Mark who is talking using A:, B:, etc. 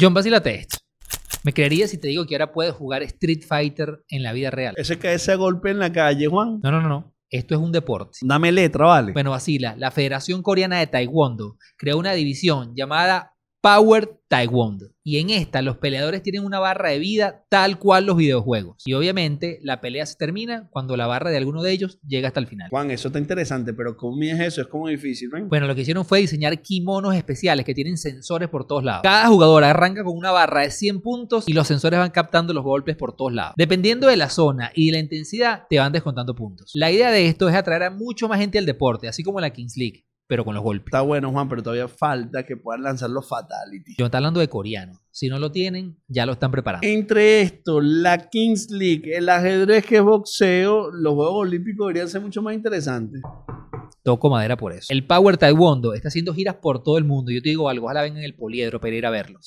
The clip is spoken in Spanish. A: John, vacílate esto. ¿Me creerías si te digo que ahora puedes jugar Street Fighter en la vida real?
B: Ese que ese golpe en la calle, Juan.
A: No, no, no, no. Esto es un deporte.
B: Dame letra, vale.
A: Bueno, vacila. La Federación Coreana de Taekwondo creó una división llamada Power Taekwondo. Y en esta los peleadores tienen una barra de vida tal cual los videojuegos. Y obviamente la pelea se termina cuando la barra de alguno de ellos llega hasta el final.
B: Juan, eso está interesante, pero ¿cómo es eso? Es como difícil, ¿ven?
A: Bueno, lo que hicieron fue diseñar kimonos especiales que tienen sensores por todos lados. Cada jugador arranca con una barra de 100 puntos y los sensores van captando los golpes por todos lados. Dependiendo de la zona y de la intensidad, te van descontando puntos. La idea de esto es atraer a mucho más gente al deporte, así como la Kings League, pero con los golpes.
B: Está bueno, Juan, pero todavía falta que puedan lanzar los fatalities.
A: Yo está hablando de coreano. Si no lo tienen, ya lo están preparando.
B: Entre esto, la Kings League, el ajedrez que es boxeo, los Juegos Olímpicos deberían ser mucho más interesantes.
A: Toco madera por eso. El Power Taekwondo está haciendo giras por todo el mundo. Yo te digo algo, ojalá vengan el poliedro para ir a verlos.